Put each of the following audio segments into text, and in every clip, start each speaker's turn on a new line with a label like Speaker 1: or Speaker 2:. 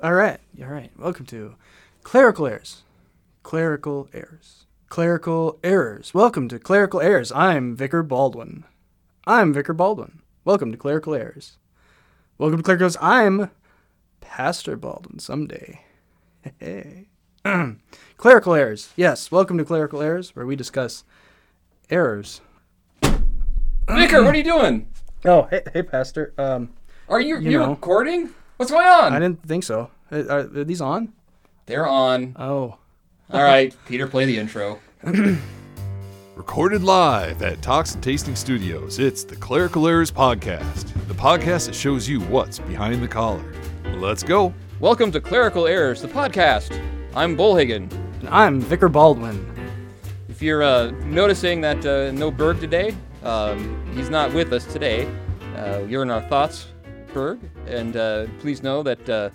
Speaker 1: All right. All right. Welcome to Clerical Errors. Clerical Errors. Clerical Errors. Welcome to Clerical Errors. I'm Vicar Baldwin. I'm Vicar Baldwin. Welcome to Clerical Errors. Welcome to Clerical Errors. I'm Pastor Baldwin someday. Hey. Clerical Errors. Yes. Welcome to Clerical Errors, where we discuss errors. Mm-hmm.
Speaker 2: Vicar, what are you doing?
Speaker 1: Oh, hey, hey Pastor. Um,
Speaker 2: Are you
Speaker 1: You
Speaker 2: you,
Speaker 1: know.
Speaker 2: recording? What's going on?
Speaker 1: I didn't think so. Uh, Are, are these on?
Speaker 2: They're on.
Speaker 1: Oh.
Speaker 2: All right, Peter, play the intro.
Speaker 3: Recorded live at Talks and Tasting Studios, it's the Clerical Errors Podcast, the podcast that shows you what's behind the collar. Let's go.
Speaker 2: Welcome to Clerical Errors, the podcast. I'm Bullhagen.
Speaker 1: And I'm Vicar Baldwin.
Speaker 2: If you're uh, noticing that uh, no Berg today, um, he's not with us today. Uh, you're in our thoughts, Berg, and uh, please know that uh,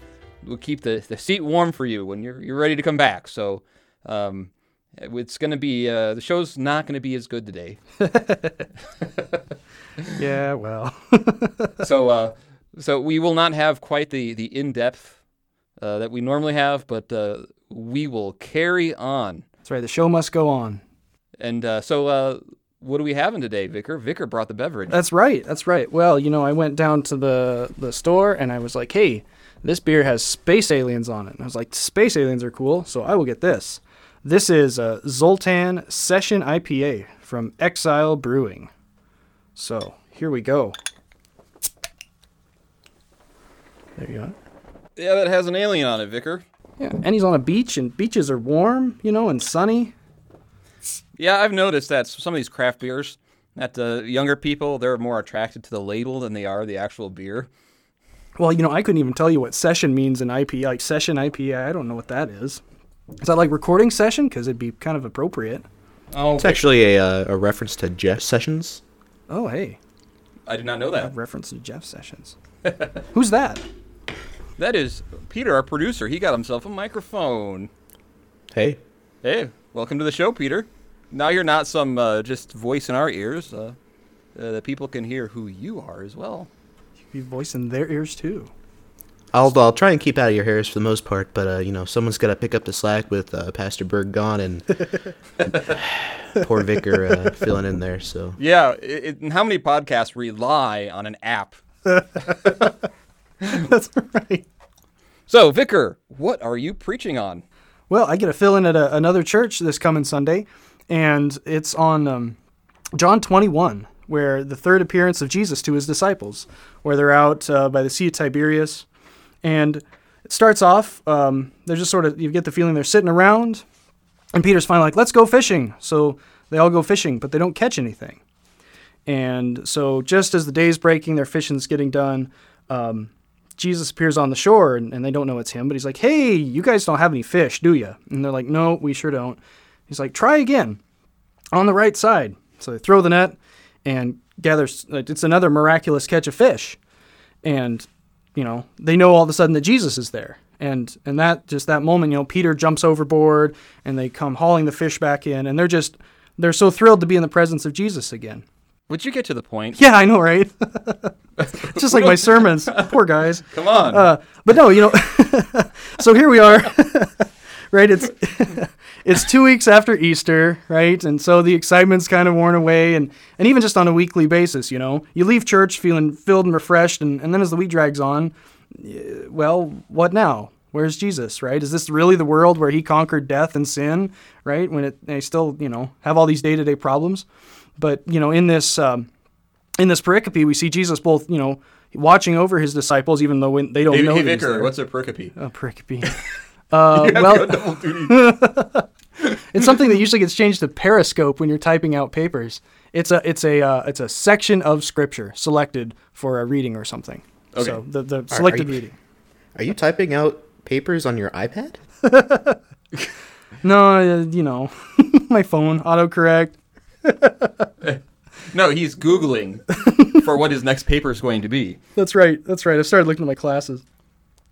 Speaker 2: we'll keep the, the seat warm for you when you're you're ready to come back. So. Um, it's gonna be uh, the show's not gonna be as good today.
Speaker 1: Yeah, well.
Speaker 2: so uh, so we will not have quite the the in depth uh, that we normally have, but uh, we will carry on.
Speaker 1: That's right. The show must go on.
Speaker 2: And uh, so uh, what are we having today, Vicar? Vicar brought the beverage.
Speaker 1: That's right. That's right. Well, you know, I went down to the the store and I was like, "Hey, this beer has space aliens on it." And I was like, "Space aliens are cool, so I will get this." This is a Zoltan Session IPA from Exile Brewing. So here we go. There you go.
Speaker 2: yeah, that has an alien on it, Vicar.
Speaker 1: Yeah, and he's on a beach, and beaches are warm, you know, and sunny.
Speaker 2: Yeah, I've noticed that some of these craft beers that uh, younger people they're more attracted to the label than they are the actual beer.
Speaker 1: Well, you know, I couldn't even tell you what session means in IP. Like session IPA, I don't know what that is. Is that like recording session? Because it'd be kind of appropriate.
Speaker 2: Oh,
Speaker 4: It's actually a, uh, a reference to Jeff Sessions.
Speaker 1: Oh, hey,
Speaker 2: I did not know that.
Speaker 1: reference to Jeff Sessions. Who's that?
Speaker 2: That is Peter, our producer. He got himself a microphone.
Speaker 4: Hey,
Speaker 2: Hey, welcome to the show, Peter. Now you're not some uh, just voice in our ears. Uh, uh, the people can hear who you are as well.
Speaker 1: Be voicing their ears too.
Speaker 4: I'll I'll try and keep out of your hairs for the most part, but uh, you know someone's got to pick up the slack with uh, Pastor Berg gone and poor Vicar uh, filling in there. So
Speaker 2: Yeah, it, it- and how many podcasts rely on an app?
Speaker 1: That's right.
Speaker 2: So, Vicar, what are you preaching on?
Speaker 1: Well, I get a fill in at a, another church this coming Sunday, and it's on um, John 21, where the third appearance of Jesus to his disciples, where they're out uh, by the Sea of Tiberias. And it starts off, um, they're just sort of, you get the feeling they're sitting around, and Peter's finally like, let's go fishing. So they all go fishing, but they don't catch anything. And so, just as the day's breaking, their fishing's getting done. Um, Jesus appears on the shore, and, and they don't know it's him. But he's like, "Hey, you guys don't have any fish, do you?" And they're like, "No, we sure don't." He's like, "Try again, on the right side." So they throw the net, and gathers. It's another miraculous catch of fish, and you know they know all of a sudden that Jesus is there. And and that just that moment, you know, Peter jumps overboard, and they come hauling the fish back in, and they're just they're so thrilled to be in the presence of Jesus again.
Speaker 2: Would you get to the point?
Speaker 1: Yeah, I know, right? It's just like my sermons. Poor guys.
Speaker 2: Come on.
Speaker 1: Uh, but no, you know. so here we are, right? It's it's two weeks after Easter, right? And so the excitement's kind of worn away, and and even just on a weekly basis, you know, you leave church feeling filled and refreshed, and, and then as the week drags on, y- well, what now? Where's Jesus, right? Is this really the world where he conquered death and sin, right? When it they still, you know, have all these day to day problems, but you know, in this. Um, in this pericope, we see Jesus both, you know, watching over his disciples, even though when they don't
Speaker 2: hey,
Speaker 1: know.
Speaker 2: hey,
Speaker 1: that he's
Speaker 2: Vicar,
Speaker 1: there.
Speaker 2: what's a pericope?
Speaker 1: A pericope. Uh, well,
Speaker 2: Double duty.
Speaker 1: it's something that usually gets changed to Periscope when you're typing out papers. It's a it's a uh, it's a section of scripture selected for a reading or something.
Speaker 2: Okay.
Speaker 1: So the, the selected
Speaker 4: you-
Speaker 1: reading.
Speaker 4: are you typing out papers on your iPad?
Speaker 1: No, uh, you know, my phone autocorrect.
Speaker 2: no, he's Googling for what his next paper is going to be.
Speaker 1: That's right. That's right. I started looking at my classes.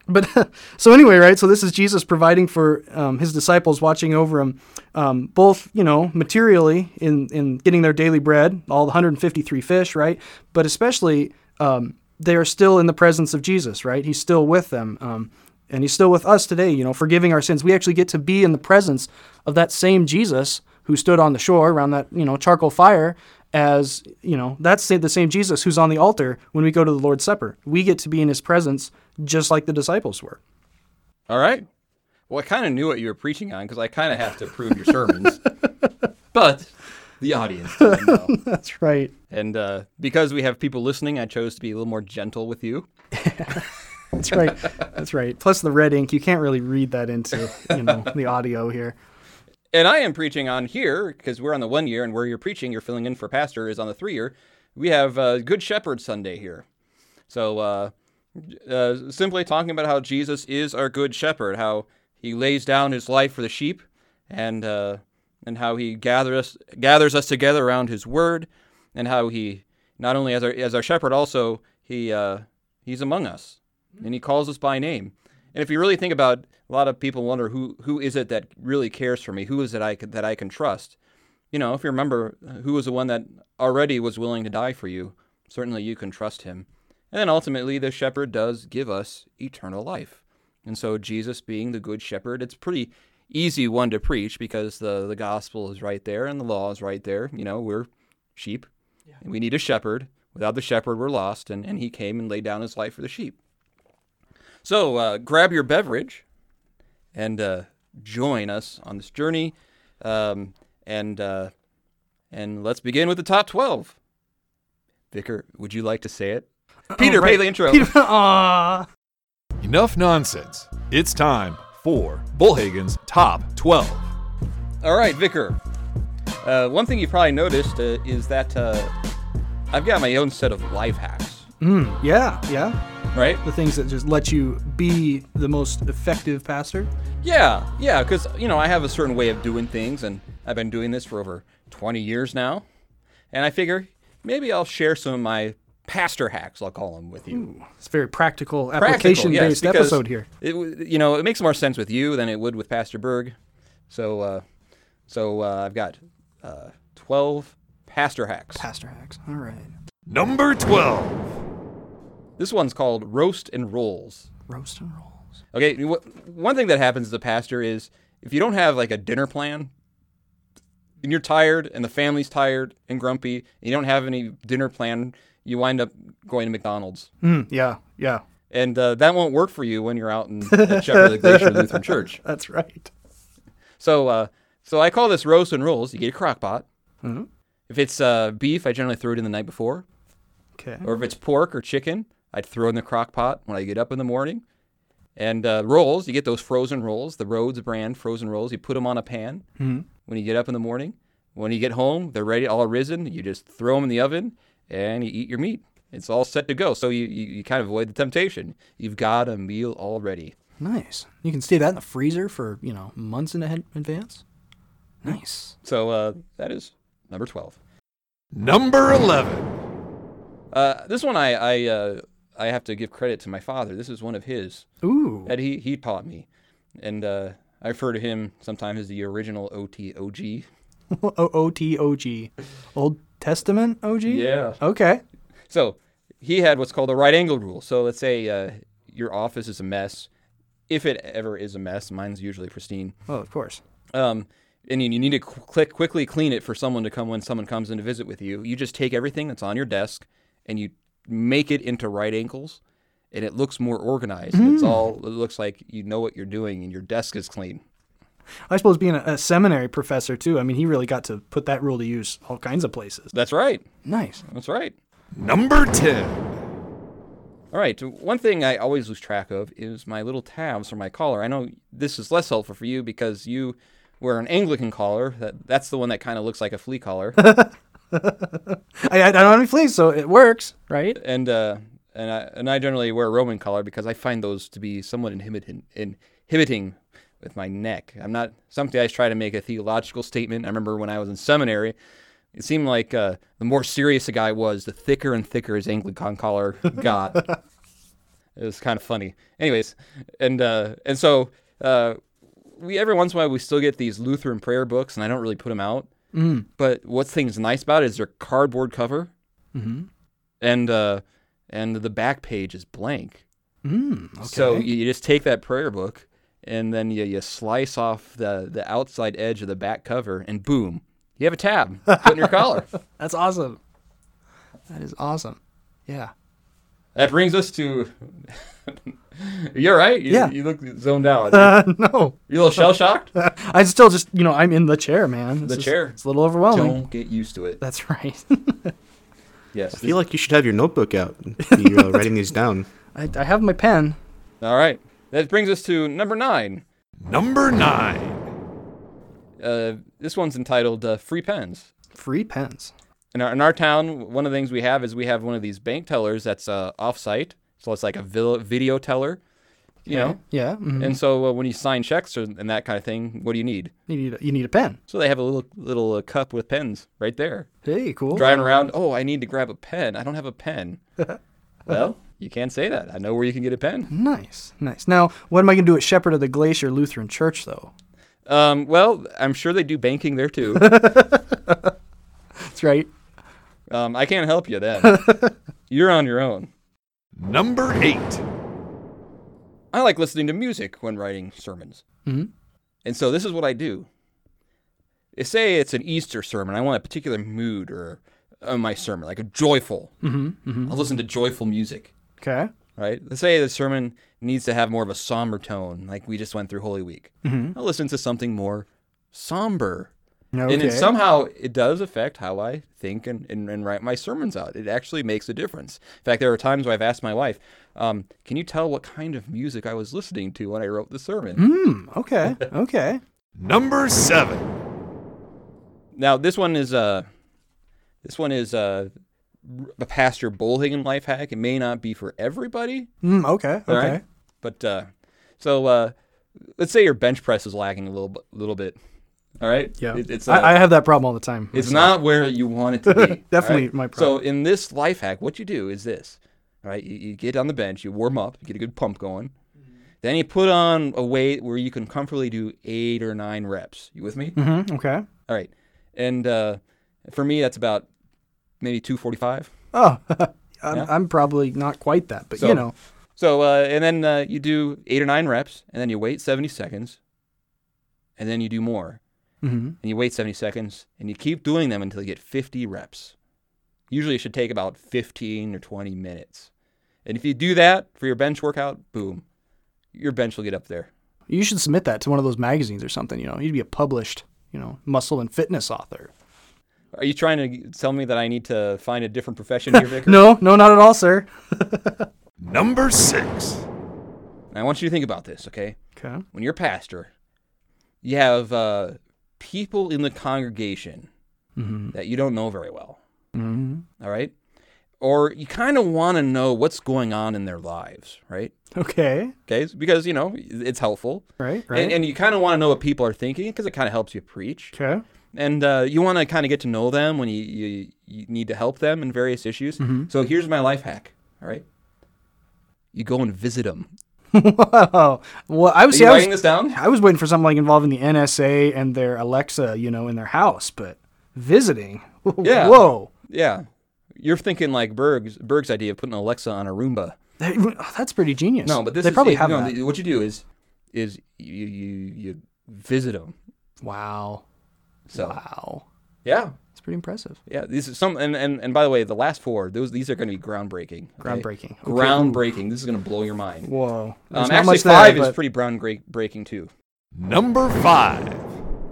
Speaker 1: But so anyway, right? So this is Jesus providing for um, his disciples, watching over him, um, both you know materially in in getting their daily bread, all the 153 fish, right? But especially um, they are still in the presence of Jesus, right? He's still with them. Um, and he's still with us today, you know, forgiving our sins. We actually get to be in the presence of that same Jesus who stood on the shore around that, you know, charcoal fire as, you know, that's the same Jesus who's on the altar when we go to the Lord's Supper. We get to be in his presence just like the disciples were.
Speaker 2: All right. Well, I kind of knew what you were preaching on because I kind of have to approve your sermons, but the audience doesn't know.
Speaker 1: That's right.
Speaker 2: And uh, because we have people listening, I chose to be a little more gentle with you.
Speaker 1: That's right. That's right. Plus the red ink, you can't really read that into, you know, the audio here.
Speaker 2: And I am preaching on here because we're on the one year, and where you're preaching, you're filling in for pastor is on the three year. We have uh, Good Shepherd Sunday here. So, uh, uh, simply talking about how Jesus is our Good Shepherd, how he lays down his life for the sheep, and uh, and how he gathers us, gathers us together around his word, and how he not only as our as our shepherd, also he uh, he's among us, and he calls us by name. And if you really think about, it, a lot of people wonder who who is it that really cares for me? Who is it I could, that I can trust? You know, if you remember, who was the one that already was willing to die for you? Certainly, you can trust him. And then ultimately, the shepherd does give us eternal life. And so, Jesus being the good shepherd, it's pretty easy one to preach because the, the gospel is right there and the law is right there. You know, we're sheep. And we need a shepherd. Without the shepherd, we're lost. And, and he came and laid down his life for the sheep. So, uh, grab your beverage and uh, join us on this journey. Um, and uh, and let's begin with the top 12. Vicar, would you like to say it? Peter, pay the intro.
Speaker 1: Peter, aw.
Speaker 3: Enough nonsense. It's time for Bullhagen's Top 12.
Speaker 2: All right, Vicar. Uh, one thing you probably noticed uh, is that uh, I've got my own set of life hacks,
Speaker 1: Mm, yeah, yeah.
Speaker 2: right?
Speaker 1: The things that just let you be the most effective pastor.
Speaker 2: Yeah, yeah, because, you know, I have a certain way of doing things, and I've been doing this for over 20 years now. And I figure maybe I'll share some of my pastor hacks, I'll call them, with you.
Speaker 1: It's a very practical
Speaker 2: Practical, yes,
Speaker 1: application based
Speaker 2: because
Speaker 1: episode here.
Speaker 2: It, w- you know, it makes more sense with you than it would with Pastor Berg. So, uh, so uh, I've got uh, twelve pastor hacks.
Speaker 1: Pastor hacks. All right.
Speaker 3: Number 12.
Speaker 2: this one's called roast and rolls.
Speaker 1: Roast and rolls.
Speaker 2: Okay, wh- one thing that happens as a pastor is if you don't have like a dinner plan, and you're tired, and the family's tired and grumpy, and you don't have any dinner plan, you wind up going to McDonald's.
Speaker 1: Mm, yeah, yeah.
Speaker 2: And uh, that won't work for you when you're out in at Shepherd of the Glacier Lutheran Church.
Speaker 1: That's right.
Speaker 2: So, uh, so I call this roast and rolls. You get a crock pot. If it's uh, beef, I generally throw it in the night before.
Speaker 1: Okay.
Speaker 2: Or if it's pork or chicken, I'd throw in the crock pot when I get up in the morning. And uh, rolls, you get those frozen rolls, the Rhodes brand frozen rolls. You put them on a pan when you get up in the morning. When you get home, they're ready, all risen. You just throw them in the oven and you eat your meat. It's all set to go. So you, you, you kind of avoid the temptation. You've got a meal already.
Speaker 1: Nice. You can stay that in the freezer for, you know, months in ahead- advance. Nice.
Speaker 2: So uh, that is number 12.
Speaker 3: Number 11.
Speaker 2: Uh, this one I I, uh, I have to give credit to my father. This is one of his
Speaker 1: Ooh.
Speaker 2: that he he taught me, and uh, I refer to him sometimes as the original OTOG.
Speaker 1: O O T O G. Old Testament OG?
Speaker 2: Yeah.
Speaker 1: Okay.
Speaker 2: So he had what's called a right angle rule. So let's say uh, your office is a mess, if it ever is a mess. Mine's usually pristine.
Speaker 1: Well, of course.
Speaker 2: Um, and you you need to qu- click quickly clean it for someone to come when someone comes in to visit with you. You just take everything that's on your desk and you make it into right angles, and it looks more organized. It's all it looks like you know what you're doing, and your desk is clean.
Speaker 1: I suppose being a, a seminary professor, too, I mean, he really got to put that rule to use all kinds of places.
Speaker 2: That's right.
Speaker 1: Nice.
Speaker 2: That's right.
Speaker 3: Number 10.
Speaker 2: All right. so One thing I always lose track of is my little tabs for my collar. I know this is less helpful for you because you were an Anglican collar. That, that's the one that kind of looks like a flea collar.
Speaker 1: I, I don't have any fleas, so it works, right?
Speaker 2: and uh, and I and I generally wear a Roman collar because I find those to be somewhat inhibiting, inhibiting with my neck. I'm not. Some guys try to make a theological statement. I remember when I was in seminary, it seemed like uh, the more serious a guy was, the thicker and thicker his Anglican collar got. it was kind of funny. Anyways, and uh, and so. Uh, we every once in a while we still get these Lutheran prayer books, and I don't really put them out. Mm. But what's things nice about it is their cardboard cover, and uh, and the back page is blank.
Speaker 1: Hmm,
Speaker 2: So you, you just take that prayer book and then you, you slice off the, the outside edge of the back cover and boom, you have a tab. Put in your collar.
Speaker 1: That's awesome. That is awesome. Yeah.
Speaker 2: That brings us to. You're right. You,
Speaker 1: Yeah.
Speaker 2: you look zoned out.
Speaker 1: no,
Speaker 2: You're a little shell shocked.
Speaker 1: I still just you know I'm in the chair, man. It's
Speaker 2: The
Speaker 1: just-
Speaker 2: chair.
Speaker 1: It's a little overwhelming.
Speaker 2: Don't get used to it.
Speaker 1: That's right.
Speaker 2: Yes.
Speaker 4: I feel like you should have your notebook out. and Be uh, writing these down.
Speaker 1: I, I have my pen.
Speaker 2: All right. That brings us to number nine.
Speaker 3: Number nine.
Speaker 2: Uh, this one's entitled uh, Free Pens.
Speaker 1: Free pens.
Speaker 2: In our, in our town, one of the things we have is we have one of these bank tellers that's uh, off-site, so it's like a vil- video teller, you know.
Speaker 1: Yeah. mhm.
Speaker 2: And so uh, when you sign checks or, and that kind of thing, what do you need?
Speaker 1: You need a, you need a pen.
Speaker 2: So they have a little little uh, cup with pens right there.
Speaker 1: Hey, cool.
Speaker 2: Driving around, oh, I need to grab a pen. I don't have a pen. well, you can't say that. I know where you can get a pen.
Speaker 1: Nice, nice. Now, what am I going to do at Shepherd of the Glacier Lutheran Church, though?
Speaker 2: Um, well, I'm sure they do banking there too.
Speaker 1: That's right.
Speaker 2: um, I can't help you then. You're on your own.
Speaker 3: Number eight.
Speaker 2: I like listening to music when writing sermons.
Speaker 1: Mhm.
Speaker 2: And so this is what I do. They Say it's an Easter sermon. I want a particular mood or uh, my sermon, like a joyful. Mm-hmm, I'll listen to joyful music,
Speaker 1: Okay.
Speaker 2: right? Let's say the sermon needs to have more of a somber tone, like we just went through Holy Week. I'll listen to something more somber.
Speaker 1: Okay.
Speaker 2: And it somehow it does affect how I think and, and, and write my sermons out. It actually makes a difference. In fact, there are times where I've asked my wife, um, can you tell what kind of music I was listening to when I wrote the sermon?
Speaker 1: Hmm, okay. Okay.
Speaker 3: Number seven.
Speaker 2: Now this one is uh this one is uh a pastor bullhagen life hack. It may not be for everybody.
Speaker 1: Mm, okay. Okay.
Speaker 2: all right? But uh so uh let's say your bench press is lacking a little bit little bit. All right?
Speaker 1: Yeah.
Speaker 2: It- it's uh,
Speaker 1: I, I have that problem all the time.
Speaker 2: It's not where you want it to be.
Speaker 1: Definitely
Speaker 2: alright?
Speaker 1: my problem.
Speaker 2: So in this life hack, what you do is this, all right? You, you get on the bench, you warm up, you get a good pump going. Then you put on a weight where you can comfortably do eight or nine reps. You with me?
Speaker 1: Mhm, okay.
Speaker 2: All right. And uh, for me, that's about maybe 245.
Speaker 1: Oh, I'm,
Speaker 2: Yeah.
Speaker 1: I'm probably not quite that, but
Speaker 2: So-
Speaker 1: you know,
Speaker 2: So, uh, and then uh, you do eight or nine reps, and then you wait 70 seconds, and then you do more.
Speaker 1: Mhm.
Speaker 2: And you wait 70 seconds, and you keep doing them until you get 50 reps. Usually, it should take about 15 or 20 minutes. And if you do that for your bench workout, boom, your bench will get up there.
Speaker 1: you should submit that to one of those magazines or something. You know, you'd be a published, you know, muscle and fitness author.
Speaker 2: Are you trying to tell me that I need to find a different profession here, Vicar?
Speaker 1: No, no, not at all, sir.
Speaker 3: Number six.
Speaker 2: And I want you to think about this, okay?
Speaker 1: Okay.
Speaker 2: when you're a pastor, you have uh, people in the congregation that you don't know very well. Mm-hmm. right. Or you kind of want to know what's going on in their lives, right?
Speaker 1: Okay.
Speaker 2: Okay. Because, you know, it's helpful.
Speaker 1: Right. Right.
Speaker 2: And, and you kind of want to know what people are thinking because it kind of helps you preach.
Speaker 1: okay.
Speaker 2: And uh, you want to kind of get to know them when you, you, you need to help them in various issues.
Speaker 1: Mm-hmm.
Speaker 2: So here's my life hack. All right. You go and visit them.
Speaker 1: Wow. Well, I was,
Speaker 2: Are
Speaker 1: see,
Speaker 2: you
Speaker 1: I was
Speaker 2: writing this down?
Speaker 1: I was waiting for something like involving the NSA and their Alexa, you know, in their house, but visiting.
Speaker 2: Yeah.
Speaker 1: Whoa.
Speaker 2: Yeah. You're thinking like Berg's Berg's idea of putting Alexa on a Roomba.
Speaker 1: That- oh, that's pretty genius.
Speaker 2: No, but this
Speaker 1: they
Speaker 2: is,
Speaker 1: probably
Speaker 2: you
Speaker 1: have
Speaker 2: know,
Speaker 1: that.
Speaker 2: th- What you do is is you you, you visit them.
Speaker 1: wow.
Speaker 2: So
Speaker 1: Wow.
Speaker 2: yeah,
Speaker 1: It's pretty impressive.
Speaker 2: yeah. These are some and, and and by the way, the last four those these are going to be groundbreaking. okay?
Speaker 1: Groundbreaking. Okay.
Speaker 2: Groundbreaking. This is going to blow your mind.
Speaker 1: Whoa. There's
Speaker 2: Um,
Speaker 1: not
Speaker 2: actually,
Speaker 1: much there,
Speaker 2: five is
Speaker 1: but-
Speaker 2: pretty groundbreaking too.
Speaker 3: Number five.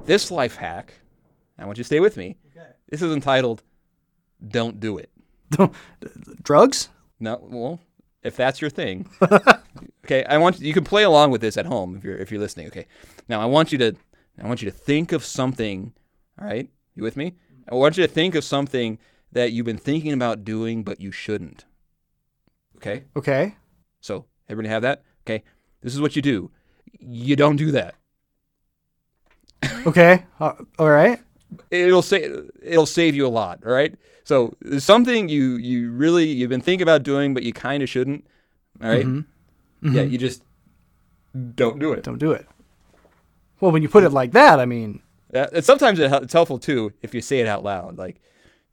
Speaker 2: This life hack, I want you to stay with me. This is entitled "Don't Do It."
Speaker 1: drugs.
Speaker 2: No, well, if that's your thing, okay. I want you can play along with this at home if you're if you're listening. Okay, now I want you to I want you to think of something. All right, you with me? I want you to think of something that you've been thinking about doing but you shouldn't. Okay,
Speaker 1: Okay.
Speaker 2: so everybody have that. Okay, this is what you do. You don't do that.
Speaker 1: Okay. Uh, all right.
Speaker 2: it'll say it'll save you a lot all right so there's something you you really you've been thinking about doing but you kind of shouldn't all right? yeah you just don't do it
Speaker 1: Don't do it. Well, when you put it like that, I mean,
Speaker 2: Uh, and sometimes it hel- it's helpful too if you say it out loud like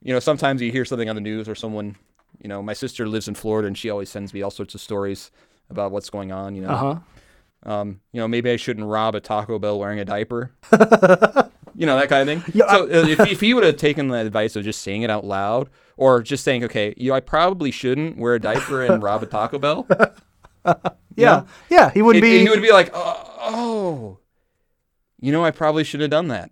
Speaker 2: you know sometimes you hear something on the news or someone you know my sister lives in florida and she always sends me all sorts of stories about what's going on. You know,
Speaker 1: Uh huh.
Speaker 2: um, you know, maybe I shouldn't rob a Taco Bell wearing a diaper. you know that kind of thing.
Speaker 1: Yeah,
Speaker 2: so uh, if, if he would have taken the advice of just saying it out loud, or just saying, okay, you know, I probably shouldn't wear a diaper and rob a Taco Bell.
Speaker 1: Yeah. Yeah. He would
Speaker 2: it-
Speaker 1: be.
Speaker 2: it- he would be like, oh, oh, you know, I probably should have done that.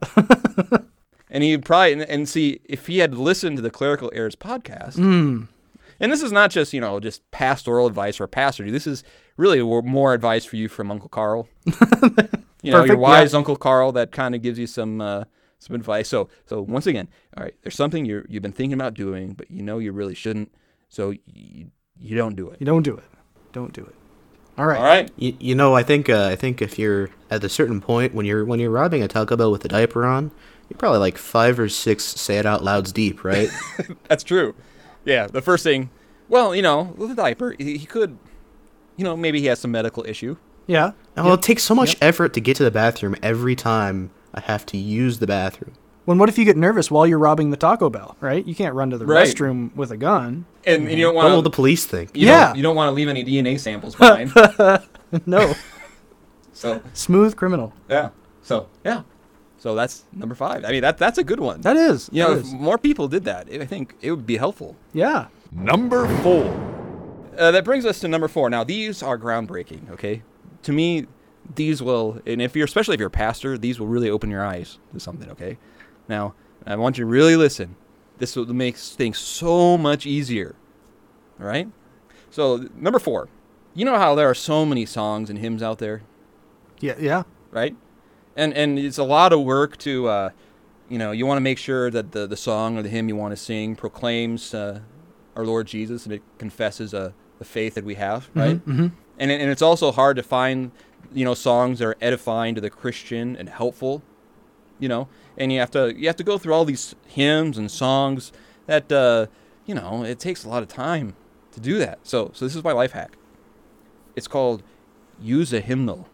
Speaker 2: and he would probably and, and see if he had listened to the Clerical Errors podcast.
Speaker 1: Hmm.
Speaker 2: And this is not just you know just pastoral advice for a pastor. dude. This is really w- more advice for you from Uncle Carl. you know, your
Speaker 1: Perfect, yeah.
Speaker 2: wise Uncle Carl that kind of gives you some. Uh, some advice. So, so once again, all right. There's something you you've been thinking about doing, but you know you really shouldn't. So you, you don't do it.
Speaker 1: you don't do it. Don't do it. All right.
Speaker 2: All right.
Speaker 4: You, you know, I think uh, I think if you're at a certain point when you're when you're robbing a Taco Bell with a diaper on, you're probably like five or six say it out louds deep, right?
Speaker 2: That's true. Yeah, the first thing. Well, you know, with a diaper, he, he could, you know, maybe he has some medical issue.
Speaker 1: Yeah.
Speaker 4: And, Well, it takes so much effort to get to the bathroom every time I have to use the bathroom.
Speaker 1: When what if you get nervous while you're robbing the Taco Bell? Right. You can't run to the
Speaker 2: Right.
Speaker 1: restroom with a gun.
Speaker 2: And, and you don't
Speaker 4: What will
Speaker 2: want
Speaker 4: the
Speaker 2: to.
Speaker 4: police think?
Speaker 2: Um, You
Speaker 1: Yeah.
Speaker 2: Don't, you don't want to leave any DNA samples behind.
Speaker 1: no.
Speaker 2: so
Speaker 1: Smooth criminal.
Speaker 2: yeah. So yeah. So that's number five. I mean, that that's a good one.
Speaker 1: That is.
Speaker 2: you know,
Speaker 1: that
Speaker 2: if
Speaker 1: is.
Speaker 2: more people did that, I think it would be helpful.
Speaker 1: Yeah.
Speaker 3: Number four.
Speaker 2: Uh, that brings us to number four. Now, these are groundbreaking. Okay, to me, these will, and if you're especially if you're a pastor, these will really open your eyes to something. Okay, now I want you to really listen. This will make things so much easier. All right. So th- number four, you know how there are so many songs and hymns out there,
Speaker 1: Yeah. Yeah.
Speaker 2: right? And and it's a lot of work to, uh, you know, you want to make sure that the the song or the hymn you want to sing proclaims uh, our Lord Jesus and it confesses uh, the faith that we have, right?
Speaker 1: Mm-hmm.
Speaker 2: and it- and it's also hard to find you know songs that are edifying to the christian and helpful you know and you have to you have to go through all these hymns and songs that uh you know it takes a lot of time to do that so so this is my life hack it's called use a hymnal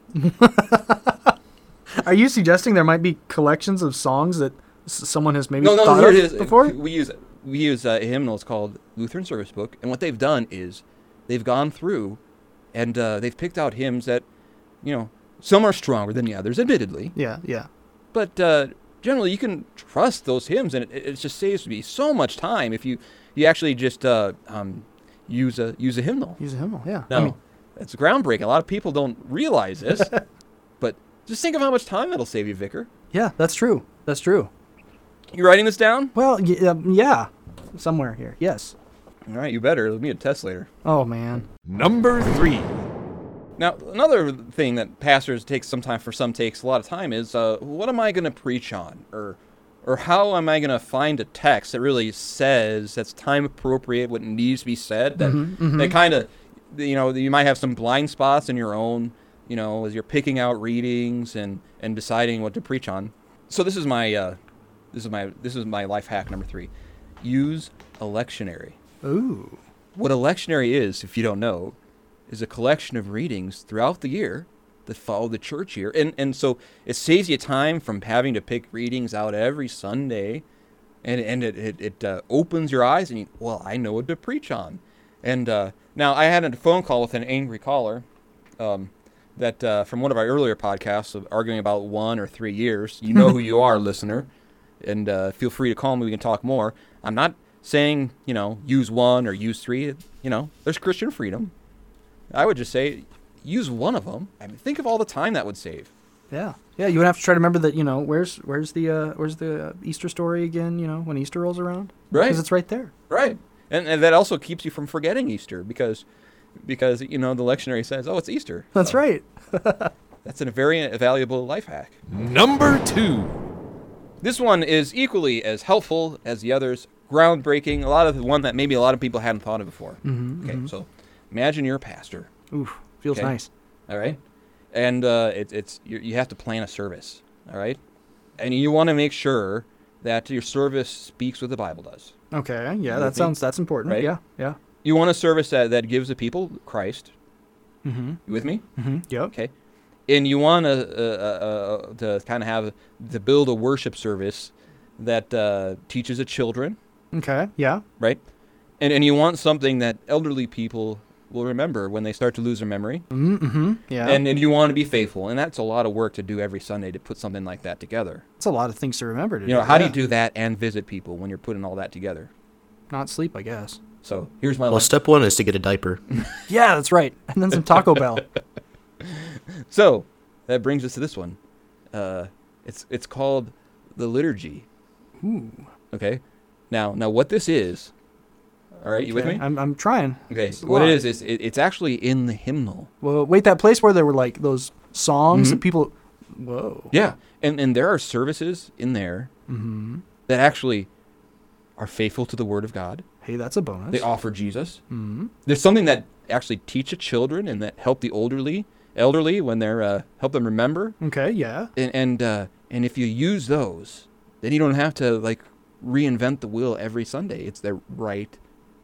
Speaker 1: Are you suggesting there might be collections of songs that s- someone has maybe
Speaker 2: no no
Speaker 1: thought
Speaker 2: here
Speaker 1: of
Speaker 2: it is
Speaker 1: before?
Speaker 2: we use we use uh, a hymnal it's called lutheran service book and what they've done is they've gone through and uh, they've picked out hymns that you know some are stronger than the others admittedly
Speaker 1: Yeah, yeah.
Speaker 2: But uh, generally, you can trust those hymns, and it, it just saves me so much time if you you actually just uh, um, use a use a hymnal.
Speaker 1: Use a hymnal, yeah.
Speaker 2: No, it's groundbreaking. A lot of people don't realize this, but just think of how much time that'll save you, Vicar.
Speaker 1: Yeah, that's true. That's true.
Speaker 2: You writing this down?
Speaker 1: Well, y- um, yeah. Somewhere here. Yes.
Speaker 2: All right, you better. It'll be a test later.
Speaker 1: Oh, man.
Speaker 3: Number three.
Speaker 2: Now, another thing that pastors takes some time for some takes a lot of time is uh, what am I going to preach on, or or how am I going to find a text that really says that's time appropriate, what needs to be said, that that kind of you know you might have some blind spots in your own you know as you're picking out readings and and deciding what to preach on. So this is my uh, this is my this is my life hack number three: use a lectionary.
Speaker 1: Ooh.
Speaker 2: What a lectionary is, if you don't know, is a collection of readings throughout the year that follow the church year. And and so it saves you time from having to pick readings out every Sunday. And, and it, it, it uh, opens your eyes and you, well i know what to preach on and uh, now i had a phone call with an angry caller um, that uh, from one of our earlier podcasts of arguing about one or three years you know who you are listener and uh, feel free to call me we can talk more i'm not saying you know use one or use three you know there's christian freedom i would just say use one of them i mean think of all the time that would save
Speaker 1: Yeah. Yeah, you would have to try to remember that, you know, where's where's the uh, where's the uh, Easter story again, you know, when Easter rolls around?
Speaker 2: Right.
Speaker 1: Because it's right there.
Speaker 2: Right. And, and that also keeps you from forgetting Easter because because you know the lectionary says, "Oh, it's Easter."
Speaker 1: That's
Speaker 2: So
Speaker 1: right.
Speaker 2: That's a very valuable life hack.
Speaker 3: Number two.
Speaker 2: This one is equally as helpful as the others, groundbreaking, a lot of the one that maybe a lot of people hadn't thought of before. okay, so imagine you're a pastor,
Speaker 1: Ooh, feels
Speaker 2: Okay.
Speaker 1: nice.
Speaker 2: all right? And uh, it, it's you you have to plan a service, all right? And you want to make sure that your service speaks what the Bible does.
Speaker 1: Okay. Yeah,
Speaker 2: Would
Speaker 1: that
Speaker 2: be-
Speaker 1: sounds that's important.
Speaker 2: right?
Speaker 1: Yeah. Yeah.
Speaker 2: You want a service that, that gives the people Christ. Mm-hmm. You with me?
Speaker 1: Mm-hmm. Yep.
Speaker 2: Okay. And you want to, uh, uh, uh, to kind of have to build a worship service that uh, teaches the children,
Speaker 1: Okay. Yeah.
Speaker 2: right? And and you want something that elderly people will remember when they start to lose their memory.
Speaker 1: Mm-hmm, Yeah.
Speaker 2: And, and you want to be faithful. And that's a lot of work to do every Sunday to put something like that together.
Speaker 1: It's a lot of things to remember. To
Speaker 2: You know, how do you do that and visit people when you're putting all that together?
Speaker 1: Not sleep, I guess.
Speaker 2: So here's my
Speaker 4: Well,
Speaker 2: list.
Speaker 4: step one is to get a diaper.
Speaker 1: Yeah, that's right. And then some Taco Bell.
Speaker 2: So that brings us to this one. Uh, it's it's called the liturgy. Ooh. Okay. Now now what this is. All right, you with
Speaker 1: Okay,
Speaker 2: me?
Speaker 1: I'm, I'm trying.
Speaker 2: Okay.
Speaker 1: It's a
Speaker 2: What
Speaker 1: lot.
Speaker 2: it is is it, it's actually in the hymnal.
Speaker 1: Well, wait, that place where there were like those
Speaker 2: Mm-hmm.
Speaker 1: songs that people. Whoa.
Speaker 2: Yeah. And and there are services in there
Speaker 1: Mm-hmm.
Speaker 2: that actually are faithful to the Word of God.
Speaker 1: Hey, that's a bonus.
Speaker 2: They offer Jesus. Mm-hmm. There's something that actually teach the children and that help the elderly, elderly when they're uh, help them remember.
Speaker 1: okay, yeah.
Speaker 2: and and uh, and if you use those, then you don't have to like reinvent the wheel every Sunday. It's there right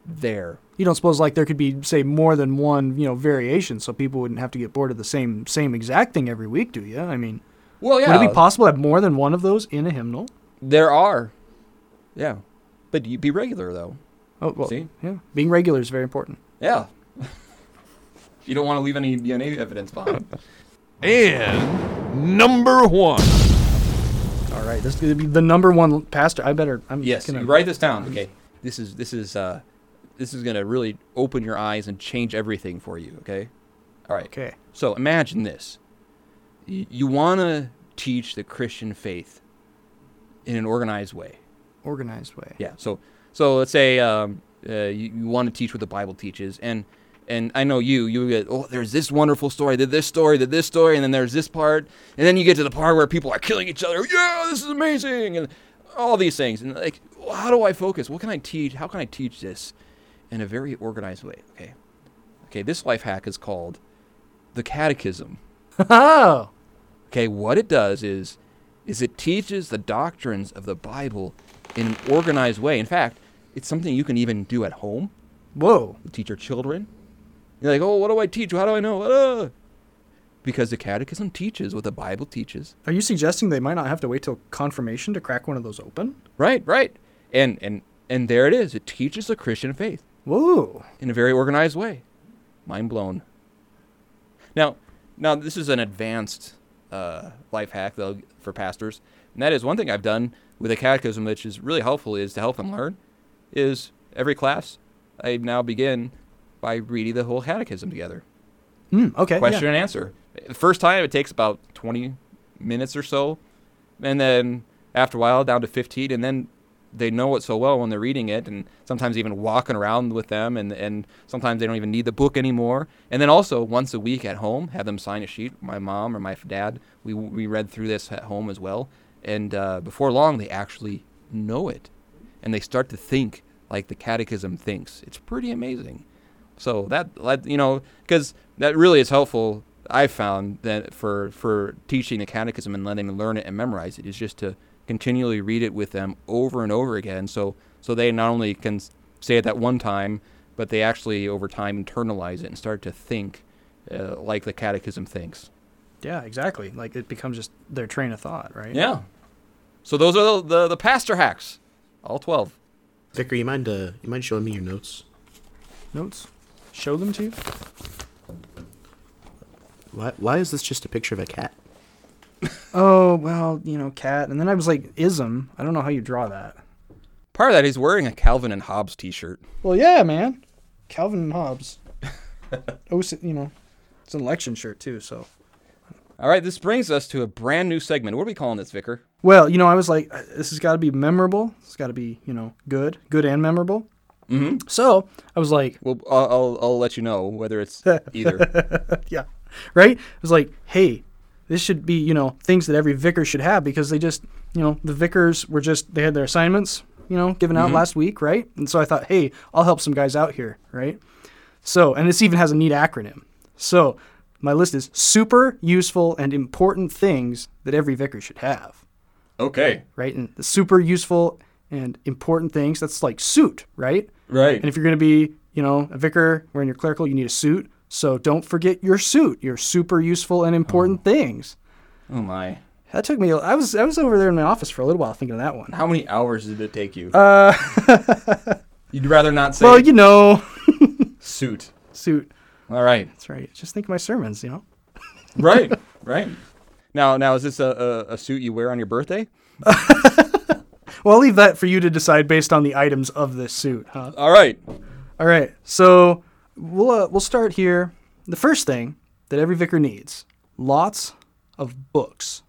Speaker 2: there.
Speaker 1: You don't suppose like there could be say more than one you know variation, so people wouldn't have to get bored of the same same exact thing every week, do you? I mean,
Speaker 2: Well,
Speaker 1: would it be possible to have more than one of those in a hymnal?
Speaker 2: there are, yeah, but you be regular though.
Speaker 1: Oh well,
Speaker 2: See?
Speaker 1: yeah. Being regular is very important.
Speaker 2: Yeah, you don't want to leave any DNA evidence behind.
Speaker 3: And number one.
Speaker 1: All right, this is gonna be the number one pastor. I better. I'm
Speaker 2: yes,
Speaker 1: gonna
Speaker 2: you write this down. Okay, this is this is uh, this is gonna really open your eyes and change everything for you. Okay, all right.
Speaker 1: Okay.
Speaker 2: So imagine this. Y- You want to teach the Christian faith in an organized way.
Speaker 1: Organized way.
Speaker 2: Yeah. So so let's say um, uh, you, you want to teach what the Bible teaches, and and I know you you get oh there's this wonderful story, then this story, then this story, and then there's this part, and then you get to the part where people are killing each other. Yeah, this is amazing, and all these things, and like how do I focus? What can I teach? How can I teach this in a very organized way? Okay. Okay. This life hack is called the Catechism.
Speaker 1: Oh,
Speaker 2: Okay, what it does is is it teaches the doctrines of the Bible in an organized way. In fact, it's something you can even do at home.
Speaker 1: whoa.
Speaker 2: Teach your children. You're like, oh, what do I teach? How do I know? Uh, because the Catechism teaches what the Bible teaches.
Speaker 1: Are you suggesting they might not have to wait till confirmation to crack one of those open?
Speaker 2: Right, right. And and and there it is. It teaches the Christian faith
Speaker 1: Whoa.
Speaker 2: in a very organized way. Mind blown. Now, now this is an advanced uh, life hack though for pastors, and that is one thing I've done with a catechism, which is really helpful, is to help them learn. Is every class I now begin by reading the whole catechism together,
Speaker 1: Mm, okay. yeah.
Speaker 2: question and answer. The first time it takes about twenty minutes or so, and then after a while down to fifteen, and then they know it so well when they're reading it, and sometimes even walking around with them, and and sometimes they don't even need the book anymore. And then also once a week at home, have them sign a sheet. My mom or my dad, we we read through this at home as well, and uh, before long they actually know it, and they start to think like the Catechism thinks. It's pretty amazing. So that that, you know, because that really is helpful. I found that for for teaching the catechism and letting them learn it and memorize it is just to continually read it with them over and over again. So so they not only can s- say it that one time, but they actually over time internalize it and start to think uh, like the catechism thinks.
Speaker 1: Yeah, exactly. Like it becomes just their train of thought, right?
Speaker 2: Yeah. So those are the the, the pastor hacks, all twelve.
Speaker 4: Vicar, you mind uh, you mind showing me your notes?
Speaker 1: Notes. Show them to you.
Speaker 4: Why why is this just a picture of a cat?
Speaker 1: Oh well, you know, cat. And then I was like, ism. I don't know how you draw that.
Speaker 2: Part of that is wearing a Calvin and Hobbes T-shirt.
Speaker 1: Well, yeah, man. Calvin and Hobbes. oh, you know, it's an election shirt too. So.
Speaker 2: All right, this brings us to a brand new segment. What are we calling this, Vicar?
Speaker 1: Well, you know, I was like, uh, this has got to be memorable. It's got to be, you know, good, good and memorable. Mm-hmm. So I was like,
Speaker 2: Well, I'll, I'll, I'll let you know whether it's either.
Speaker 1: yeah, right. I was like, hey, this should be, you know, things that every vicar should have because they just, you know, the vicars were just they had their assignments, you know, given out last week, right? And so I thought, hey, I'll help some guys out here, right? So, and this even has a neat acronym. So my list is super useful and important things that every vicar should have.
Speaker 2: okay.
Speaker 1: right? And the super useful and important things. That's like suit, right?
Speaker 2: Right.
Speaker 1: And if you're going to be, you know, a vicar, wearing your clerical, you need a suit. So don't forget your suit, your super useful and important things.
Speaker 2: oh my.
Speaker 1: That took me. I was I was over there in my office for a little while thinking of that one.
Speaker 2: How many hours did it take you? Uh. You'd rather not say
Speaker 1: Well, you know,
Speaker 2: suit.
Speaker 1: suit.
Speaker 2: All right.
Speaker 1: That's right. Just think of my sermons, you know.
Speaker 2: Right. right. Now, now is this a, a, a suit you wear on your birthday?
Speaker 1: Well, I'll leave that for you to decide based on the items of this suit, huh?
Speaker 2: All right.
Speaker 1: All right. So we'll uh, we'll start here. The first thing that every vicar needs: lots of books.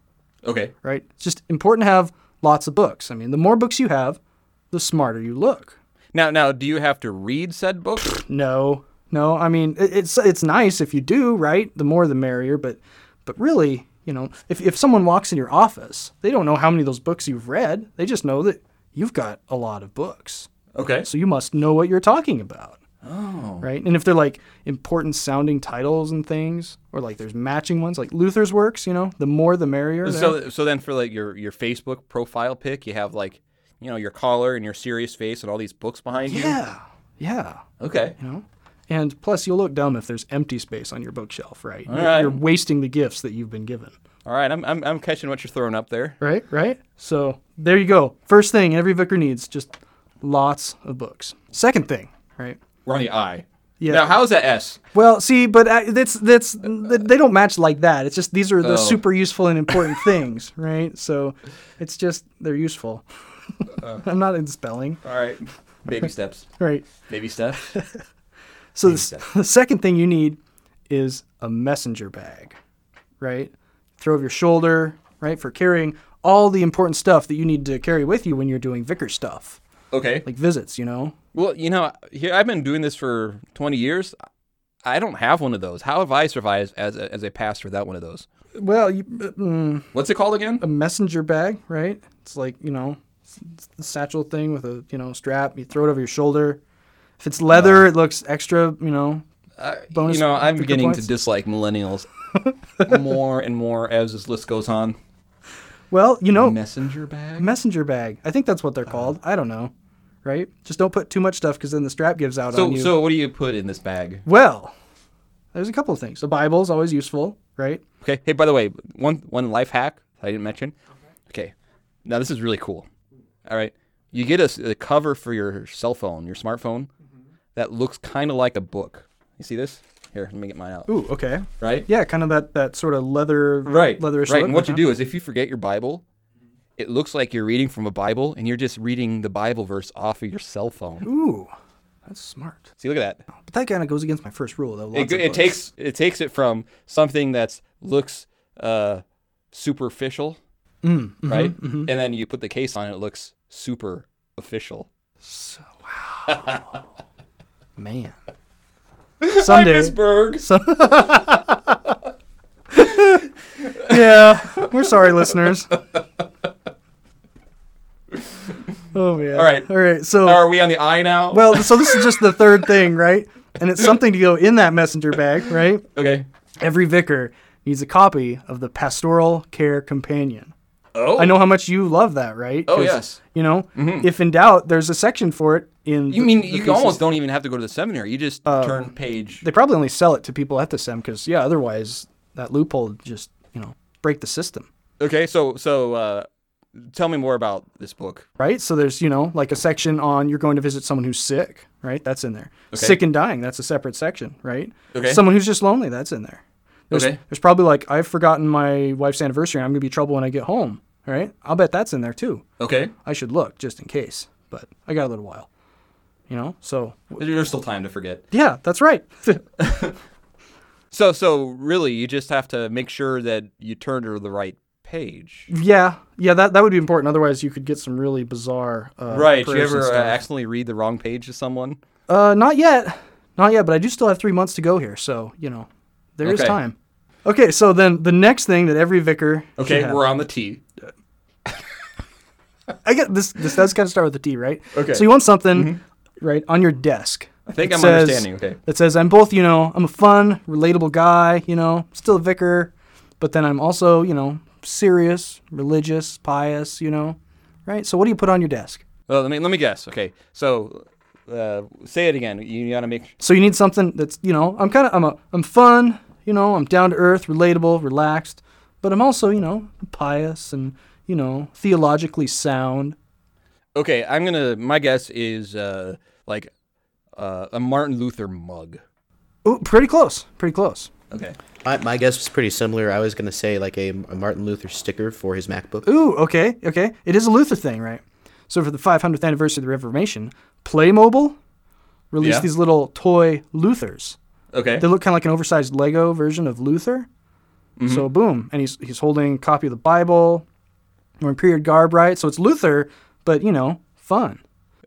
Speaker 2: Okay.
Speaker 1: Right. It's just important to have lots of books. I mean, the more books you have, the smarter you look.
Speaker 2: Now, now, do you have to read said book?
Speaker 1: No, no. I mean, it, it's it's nice if you do, right? The more the merrier. But but really, you know, if if someone walks in your office, they don't know how many of those books you've read. They just know that you've got a lot of books.
Speaker 2: Okay.
Speaker 1: So you must know what you're talking about. Oh. Right? And if they're like important sounding titles and things, or like there's matching ones, like Luther's works, you know, the more the merrier. there.
Speaker 2: So, so then for like your your Facebook profile pic, you have like, you know, your collar and your serious face and all these books behind you.
Speaker 1: yeah. Yeah.
Speaker 2: Okay.
Speaker 1: You know? And plus, you'll look dumb if there's empty space on your bookshelf, right? You're-
Speaker 2: right.
Speaker 1: You're wasting the gifts that you've been given.
Speaker 2: All right. I'm, I'm I'm catching what you're throwing up there.
Speaker 1: Right, right. So there you go. First thing every vicar needs just lots of books. Second thing, right?
Speaker 2: We're on the I.
Speaker 1: Yeah.
Speaker 2: Now, how's that S?
Speaker 1: Well, see, but uh, that's that's th- they don't match like that. It's just these are the
Speaker 2: Oh.
Speaker 1: super useful and important things, right? So it's just they're useful. I'm not in spelling,
Speaker 2: All right. Baby steps.
Speaker 1: right?
Speaker 2: Baby steps.
Speaker 1: So the, s- the second thing you need is a messenger bag, right? Throw over your shoulder, right, for carrying all the important stuff that you need to carry with you when you're doing vicar stuff,
Speaker 2: Okay.
Speaker 1: like visits, you know.
Speaker 2: Well, you know, here I've been doing this for 20 years. I don't have one of those. How have I survived as a, as a pastor without one of those?
Speaker 1: Well, you, mm,
Speaker 2: What's it called again?
Speaker 1: a messenger bag, right? It's like you know, it's the satchel thing with a you know strap. You throw it over your shoulder. If it's leather, it looks extra. You know, bonus
Speaker 2: you know, I'm
Speaker 1: victor
Speaker 2: beginning
Speaker 1: points.
Speaker 2: to dislike millennials more and more as this list goes on.
Speaker 1: Well, you know,
Speaker 2: Messenger bag.
Speaker 1: messenger bag. I think that's what
Speaker 2: Uh.
Speaker 1: they're called. I don't know, right? Just don't put too much stuff because then the strap gives out on
Speaker 2: So,
Speaker 1: you.
Speaker 2: so what do you put in this bag?
Speaker 1: well, there's a couple of things. The Bible's always useful, right?
Speaker 2: Okay. Hey, by the way, one one life hack I didn't mention. Okay. Now this is really cool. All right. You get a s- a, cover for your cell phone, your smartphone,
Speaker 1: Mm-hmm.
Speaker 2: that looks kind of like a book. You see this? Here, let me get mine out.
Speaker 1: Ooh, okay.
Speaker 2: Right.
Speaker 1: Yeah, kind of that that sort of leather,
Speaker 2: Right.
Speaker 1: Leatherish
Speaker 2: Right.
Speaker 1: look,
Speaker 2: And what you
Speaker 1: uh-huh.
Speaker 2: do is if you forget your Bible,
Speaker 1: Mm-hmm.
Speaker 2: it looks like you're reading from a Bible, and you're just reading the Bible verse off of your cell phone.
Speaker 1: Ooh, that's smart.
Speaker 2: See, look at that.
Speaker 1: But that kind of goes against my first rule, though.
Speaker 2: it,
Speaker 1: Lots
Speaker 2: go-
Speaker 1: of
Speaker 2: it
Speaker 1: books.
Speaker 2: takes it takes it from something that's looks uh, superficial,
Speaker 1: Mm, mm-hmm,
Speaker 2: right? And then you put the case on it, it looks super official.
Speaker 1: Man. Someday.
Speaker 2: Pittsburgh.
Speaker 1: yeah. We're sorry, listeners. Oh man.
Speaker 2: All right.
Speaker 1: All right. So
Speaker 2: Are we on the I now?
Speaker 1: well, so this is just the third thing, right? And it's something to go in that messenger bag, right?
Speaker 2: okay.
Speaker 1: Every vicar needs a copy of the Pastoral Care Companion.
Speaker 2: Oh,
Speaker 1: I know how much you love that, right?
Speaker 2: Oh,
Speaker 1: 'Cause,
Speaker 2: yes. Mm-hmm.
Speaker 1: You know, if in doubt, there's a section for it in. the-
Speaker 2: You mean
Speaker 1: the Uh,
Speaker 2: you
Speaker 1: thesis.
Speaker 2: almost don't even have to go to the seminary? You just turn page.
Speaker 1: They probably only sell it to people at the SEM because yeah, otherwise that loophole would just you know break the system.
Speaker 2: Okay, so so uh, tell me more about this book.
Speaker 1: right? So there's, you know, like a section on you're going to visit someone who's sick, right? That's in there. Sick and dying, that's a separate section, right?
Speaker 2: Okay.
Speaker 1: Someone who's just lonely, that's in there. There's,
Speaker 2: Okay.
Speaker 1: there's probably like, I've forgotten my wife's anniversary and I'm going to be trouble when I get home, right? I'll bet that's in there too.
Speaker 2: Okay,
Speaker 1: I should look just in case, but I got a little while, you know? So,
Speaker 2: there's still time to forget.
Speaker 1: yeah, that's right.
Speaker 2: So so really, you just have to make sure that you turn to the right page.
Speaker 1: yeah, yeah, that, that would be important. Otherwise, you could get some really bizarre. Uh,
Speaker 2: Right. You
Speaker 1: prayers and
Speaker 2: ever uh,
Speaker 1: stuff.
Speaker 2: accidentally read the wrong page to someone?
Speaker 1: Uh, not yet, not yet. But I do still have three months to go here, so you know, there is
Speaker 2: Okay.
Speaker 1: time. Okay, so then the next thing that every vicar. should have-
Speaker 2: on the T.
Speaker 1: I get this. This does kind of start with a T, right?
Speaker 2: Okay. Mm-hmm.
Speaker 1: So you want something, right, on your desk. I
Speaker 2: think I'm understanding, okay.
Speaker 1: That says I'm both, you know, I'm a fun, relatable guy, you know, still a vicar, but then I'm also, you know, serious, religious, pious, you know, right? So what do you put on your desk?
Speaker 2: Well, Uh, let me let me guess. Okay, so uh, say it again. You gotta make.
Speaker 1: So you need something that's you know I'm kind of I'm a I'm fun you know I'm down to earth relatable relaxed but I'm also you know pious and you know theologically sound
Speaker 2: Okay, I'm gonna. My guess is uh, like uh, a Martin Luther mug.
Speaker 1: Ooh, pretty close. Pretty close.
Speaker 2: Okay.
Speaker 4: My, my guess was pretty similar. I was gonna say like a, a Martin Luther sticker for his MacBook.
Speaker 1: Ooh, okay, okay. It is a Luther thing, right? So for the 500th anniversary of the Reformation, Playmobil released
Speaker 2: Yeah.
Speaker 1: these little toy Luthers.
Speaker 2: Okay.
Speaker 1: They look kind of like an oversized Lego version of Luther. So boom, and he's he's holding a copy of the Bible, wearing period garb, right? So it's Luther, but you know, fun.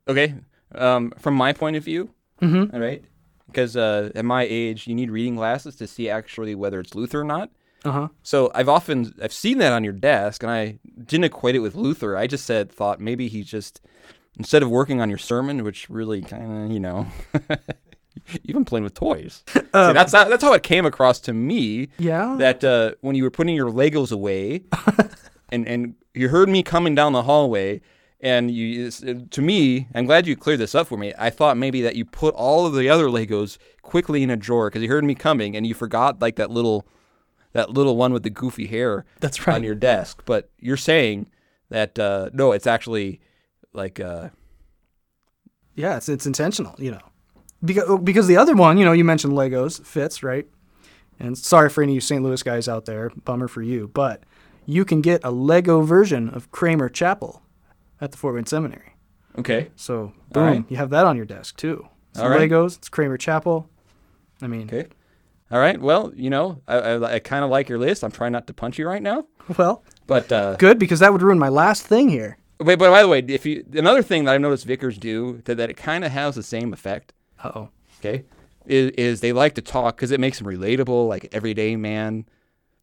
Speaker 2: okay. Um, from my point of view, all right, because uh, at my age, you need reading glasses to see actually whether it's Luther or not.
Speaker 1: Uh huh.
Speaker 2: So I've often I've seen that on your desk, and I didn't equate it with Luther. I just said thought maybe he just instead of working on your sermon, which really kind of you know, even playing with toys. See, that's how, that's how it came across to me.
Speaker 1: Yeah.
Speaker 2: That uh, when you were putting your Legos away, and and you heard me coming down the hallway. And you, it's- uh, to me, I'm glad you cleared this up for me. I thought maybe that you put all of the other Legos quickly in a drawer because you heard me coming, and you forgot like that little that little one with the goofy hair
Speaker 1: That's
Speaker 2: on
Speaker 1: right.
Speaker 2: your desk. But you're saying that uh, no, it's actually like uh,
Speaker 1: Yeah, it's it's intentional, you know, because because the other one, you know, you mentioned Legos fits right, and sorry for any of you St. Louis guys out there, bummer for you, but you can get a Lego version of Kramer Chapel at the Fort Wayne Seminary.
Speaker 2: okay,
Speaker 1: So boom,
Speaker 2: All right.
Speaker 1: you have that on your desk too. It's
Speaker 2: All right.
Speaker 1: Legos, it's Kramer Chapel. I mean,
Speaker 2: okay, all right. Well, you know, I, I, I kind of like your list. I'm trying not to punch you right now,
Speaker 1: well,
Speaker 2: but uh,
Speaker 1: good because that would ruin my last thing here.
Speaker 2: wait. But by the way, if you another thing that I've noticed Vickers do that, that it kind of has the same effect.
Speaker 1: Uh oh.
Speaker 2: okay, is, is they like to talk because it makes them relatable, like everyday man.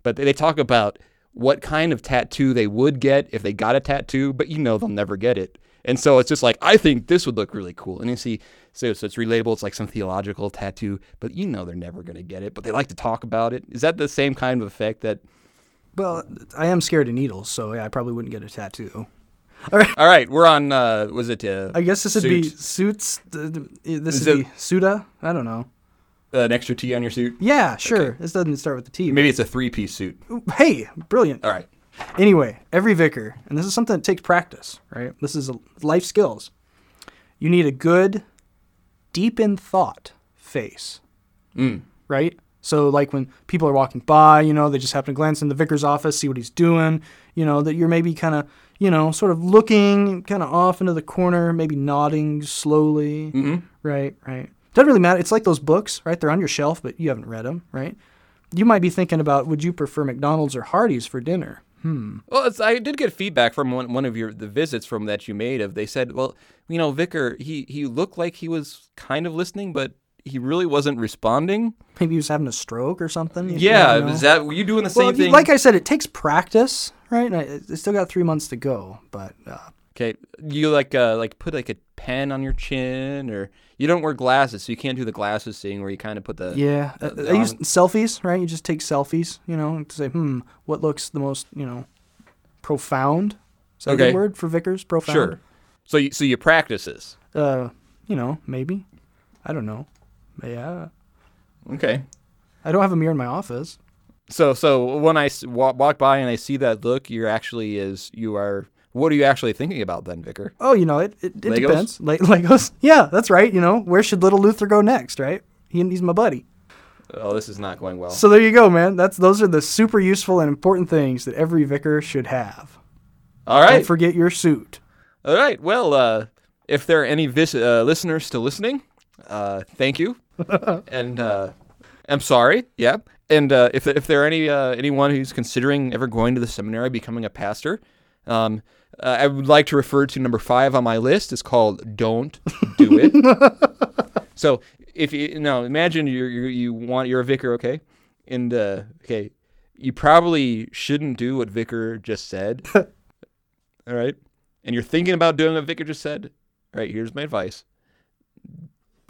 Speaker 2: But they, they talk about what kind of tattoo they would get if they got a tattoo, but you know they'll never get it. And so it's just like, I think this would look really cool. And you see, so, so it's relatable. It's like some theological tattoo, but you know they're never going to get it, but they like to talk about it. Is that the same kind of effect that,
Speaker 1: Well, I am scared of needles, so yeah, I probably wouldn't get a tattoo.
Speaker 2: all right, we're on, uh, was it, uh,
Speaker 1: I guess this would be
Speaker 2: Suit.
Speaker 1: suits. th- th- This
Speaker 2: Is
Speaker 1: would
Speaker 2: it-
Speaker 1: be Suda. I don't know.
Speaker 2: Uh, an extra T on your suit?
Speaker 1: Yeah, sure. This doesn't start with the T.
Speaker 2: Maybe it's a three piece suit.
Speaker 1: but- Hey, brilliant.
Speaker 2: All right.
Speaker 1: Anyway, every vicar, and this is something that takes practice, right? This is a, life skills. You need a good, deep in thought face,
Speaker 2: Mm.
Speaker 1: right? So, like when people are walking by, you know, they just happen to glance in the vicar's office, see what he's doing, you know, that you're maybe kind of, you know, sort of looking kind of off into the corner, maybe nodding slowly,
Speaker 2: Mm-hmm.
Speaker 1: right? Right. Doesn't really matter. It's like those books, right? They're on your shelf, but you haven't read them, right? You might be thinking about would you prefer McDonald's or Hardee's for dinner?
Speaker 2: Well, it's, I did get feedback from one, one of your the visits from that you made of they said, well, you know, Vicar, he he looked like he was kind of listening, but he really wasn't responding.
Speaker 1: maybe he was having a stroke or something. you- you
Speaker 2: Yeah,
Speaker 1: don't know.
Speaker 2: is that were you doing the
Speaker 1: well,
Speaker 2: same
Speaker 1: you-
Speaker 2: thing?
Speaker 1: like I said, it takes practice, right? And I, I still got three months to go, but uh,
Speaker 2: okay, you like uh, like put like a pen on your chin, or you don't wear glasses, so you can't do the glasses thing where you kind of put the
Speaker 1: yeah, I- I,
Speaker 2: the
Speaker 1: use
Speaker 2: on-
Speaker 1: selfies, right? You just take selfies, you know, and say, hmm, what looks the most, you know, profound. Is that a
Speaker 2: Okay.
Speaker 1: good word for vicars? Profound.
Speaker 2: sure. So you so you practice this.
Speaker 1: Uh, you know, maybe. I don't know. Yeah.
Speaker 2: Okay.
Speaker 1: I don't have a mirror in my office.
Speaker 2: So so when I s- wa- walk by and I see that look, you're actually is you are what are you actually thinking about then, Vicar?
Speaker 1: Oh, you know, it, it, it
Speaker 2: Legos?
Speaker 1: depends. Le- Legos. Yeah, that's right. You know, where should little Luther go next, right? He, he's my buddy.
Speaker 2: Oh, this is not going well.
Speaker 1: So there you go, man. That's those are the super useful and important things that every vicar should have.
Speaker 2: All right.
Speaker 1: Don't forget your suit.
Speaker 2: All right. Well, uh, if there are any vis- uh, listeners still listening, uh, thank you, and uh, I'm sorry. Yeah. And uh, if if there are any uh, anyone who's considering ever going to the seminary, becoming a pastor, um, uh, I would like to refer to number five on my list. It's called "Don't Do It." So if you now imagine you you you want you're a vicar, okay, and uh, okay, you probably shouldn't do what vicar just said. all right, and you're thinking about doing what vicar just said. All right, here's my advice: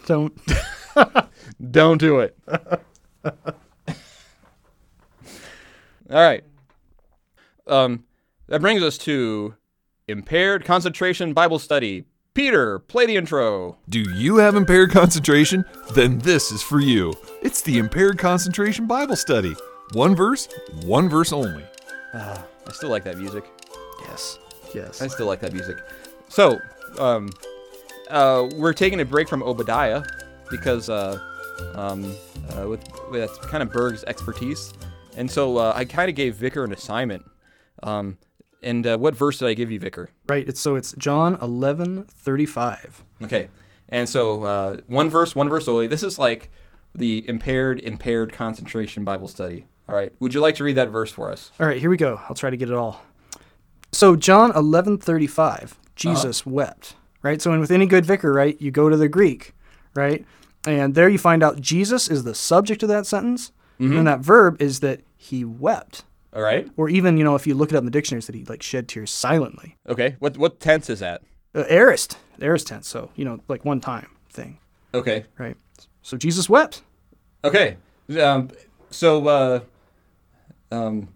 Speaker 1: Don't.
Speaker 2: don't do it. all right. Um, that brings us to impaired concentration Bible study. Peter, play the intro.
Speaker 3: Do you have impaired concentration? Then this is for you. It's the Impaired Concentration Bible Study. One verse, one verse only.
Speaker 2: I still like that music.
Speaker 1: Yes. Yes.
Speaker 2: I still like that music. So, um, uh, we're taking a break from Obadiah because uh, um, uh, with, with that's kind of Berg's expertise. And so uh, I kind of gave Vicar an assignment. Um, and uh, what verse did I give you, Vicar?
Speaker 1: Right. It's so it's John eleven thirty five.
Speaker 2: Okay. And so uh, one verse, one verse only. This is like the impaired, impaired concentration Bible study. All right. Would you like to read that verse for us?
Speaker 1: All right, here we go. I'll try to get it all. So John 11:35, Jesus wept, right? So and with any good vicar, right, you go to the Greek, right? And there you find out Jesus is the subject of that sentence, and then that verb is that he wept.
Speaker 2: All right.
Speaker 1: Or even, you know, if you look it up in the dictionaries that he like shed tears silently.
Speaker 2: Okay. What what tense is that?
Speaker 1: Uh, aorist, aorist tense, so, you know, like one time thing,
Speaker 2: Okay.
Speaker 1: right? So Jesus wept.
Speaker 2: Okay. Um, so uh, um,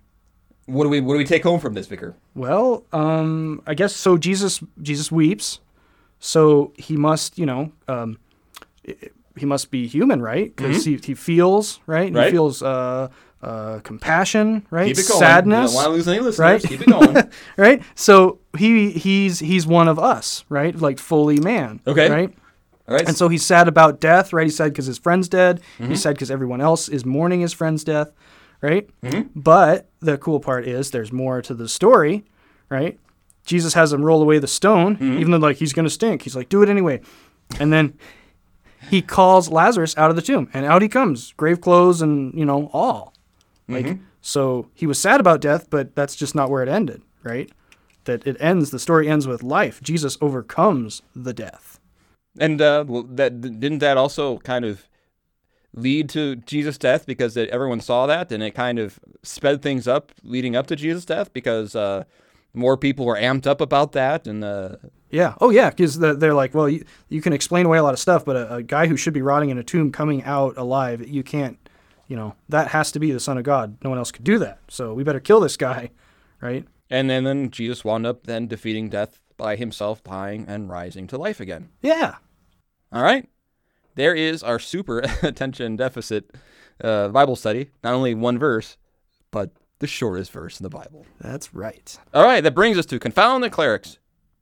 Speaker 2: what do we what do we take home from this, Vicar?
Speaker 1: Well, um, I guess so. Jesus, Jesus weeps, so he must, you know, um, i- i- he must be human, right? Because he, he feels, right? He
Speaker 2: Mm-hmm. Right.
Speaker 1: feels uh, uh, compassion, right?
Speaker 2: Keep it going.
Speaker 1: Sadness,
Speaker 2: You don't want to lose any listeners.
Speaker 1: right?
Speaker 2: Keep it going.
Speaker 1: right? So he he's he's one of us, right? Like fully man,
Speaker 2: Okay.
Speaker 1: right?
Speaker 2: All right.
Speaker 1: And so he's sad about death, right? He's sad because his friend's dead. He's sad because everyone else is mourning his friend's death, right? But the cool part is there's more to the story, right? Jesus has him roll away the stone, even though like he's gonna stink. He's like, do it anyway, and then he calls Lazarus out of the tomb, and out he comes, grave clothes and you know all. Like so, he was sad about death, but that's just not where it ended, right? That it ends. The story ends with life. Jesus overcomes the death.
Speaker 2: And uh, well, that didn't that also kind of lead to Jesus' death because that everyone saw that, and it kind of sped things up leading up to Jesus' death because uh, more people were amped up about that, and uh,
Speaker 1: Yeah. Oh, yeah. Because they're like, well, you, you can explain away a lot of stuff, but a, a guy who should be rotting in a tomb coming out alive, you can't, you know, that has to be the Son of God. No one else could do that. So we better kill this guy, right?
Speaker 2: and then, then Jesus wound up then defeating death by himself dying and rising to life again.
Speaker 1: Yeah.
Speaker 2: All right. There is our super attention deficit uh, Bible study. Not only one verse, but the shortest verse in the Bible.
Speaker 1: That's right.
Speaker 2: All right, that brings us to confound the clerics.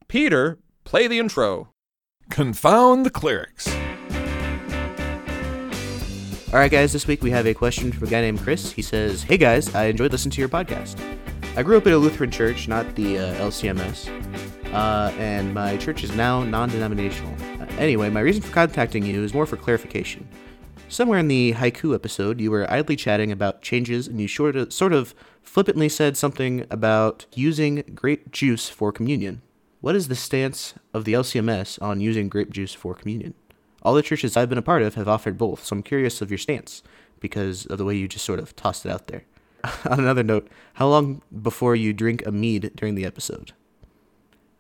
Speaker 2: Peter, play the intro.
Speaker 3: Confound the clerics.
Speaker 4: All right, guys, this week we have a question from a guy named Chris. He says, Hey, guys, I enjoyed listening to your podcast. I grew up in a Lutheran church, not the uh, LCMS, uh, and my church is now non denominational. Uh, anyway, my reason for contacting you is more for clarification. Somewhere in the haiku episode, you were idly chatting about changes, and you sort of, sort of flippantly said something about using grape juice for communion. What is the stance of the LCMS on using grape juice for communion? All the churches I've been a part of have offered both, so I'm curious of your stance because of the way you just sort of tossed it out there. On another note, how long before you drink a mead during the episode?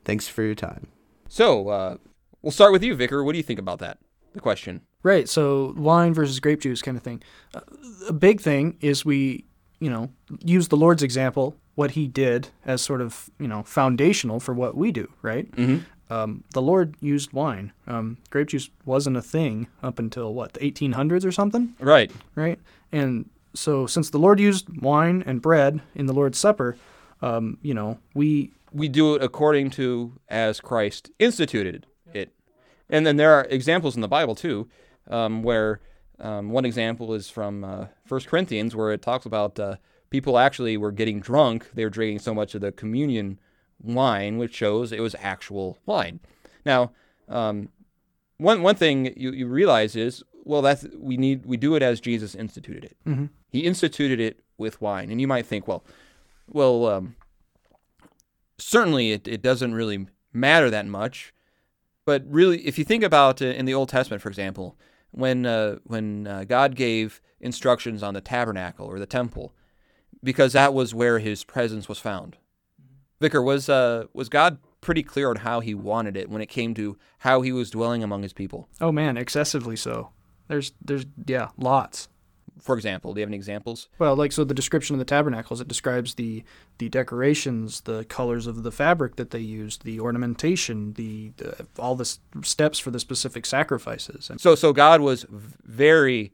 Speaker 4: Thanks for your time.
Speaker 2: So, uh, we'll start with you, Vicar. What do you think about that? The question.
Speaker 1: Right. So wine versus grape juice kind of thing. Uh, a big thing is we, you know, use the Lord's example, what he did as sort of, you know, foundational for what we do, right? Mm-hmm. Um, the Lord used wine. Um, grape juice wasn't a thing up until what, the 1800s or something,
Speaker 2: Right.
Speaker 1: right? And so since the Lord used wine and bread in the Lord's Supper, um, you know, we
Speaker 2: We do it according to as Christ instituted it. And then there are examples in the Bible, too, um, where um, one example is from uh, 1 Corinthians, where it talks about uh, people actually were getting drunk. They were drinking so much of the communion wine, which shows it was actual wine. Now, um, one one thing you, you realize is well that's we need we do it as Jesus instituted it. Mm-hmm. He instituted it with wine, and you might think well, well um, certainly it, it doesn't really matter that much, but really if you think about uh, in the Old Testament for example when uh, when uh, God gave instructions on the tabernacle or the temple because that was where His presence was found. Vicar, was uh, was God pretty clear on how He wanted it when it came to how He was dwelling among His people?
Speaker 1: oh man, excessively so. There's there's yeah, lots.
Speaker 2: For example, do you have any examples?
Speaker 1: Well, like so, the description of the tabernacles it describes the the decorations, the colors of the fabric that they used, the ornamentation, the, the all the s- steps for the specific sacrifices, and
Speaker 2: So, so God was v- very,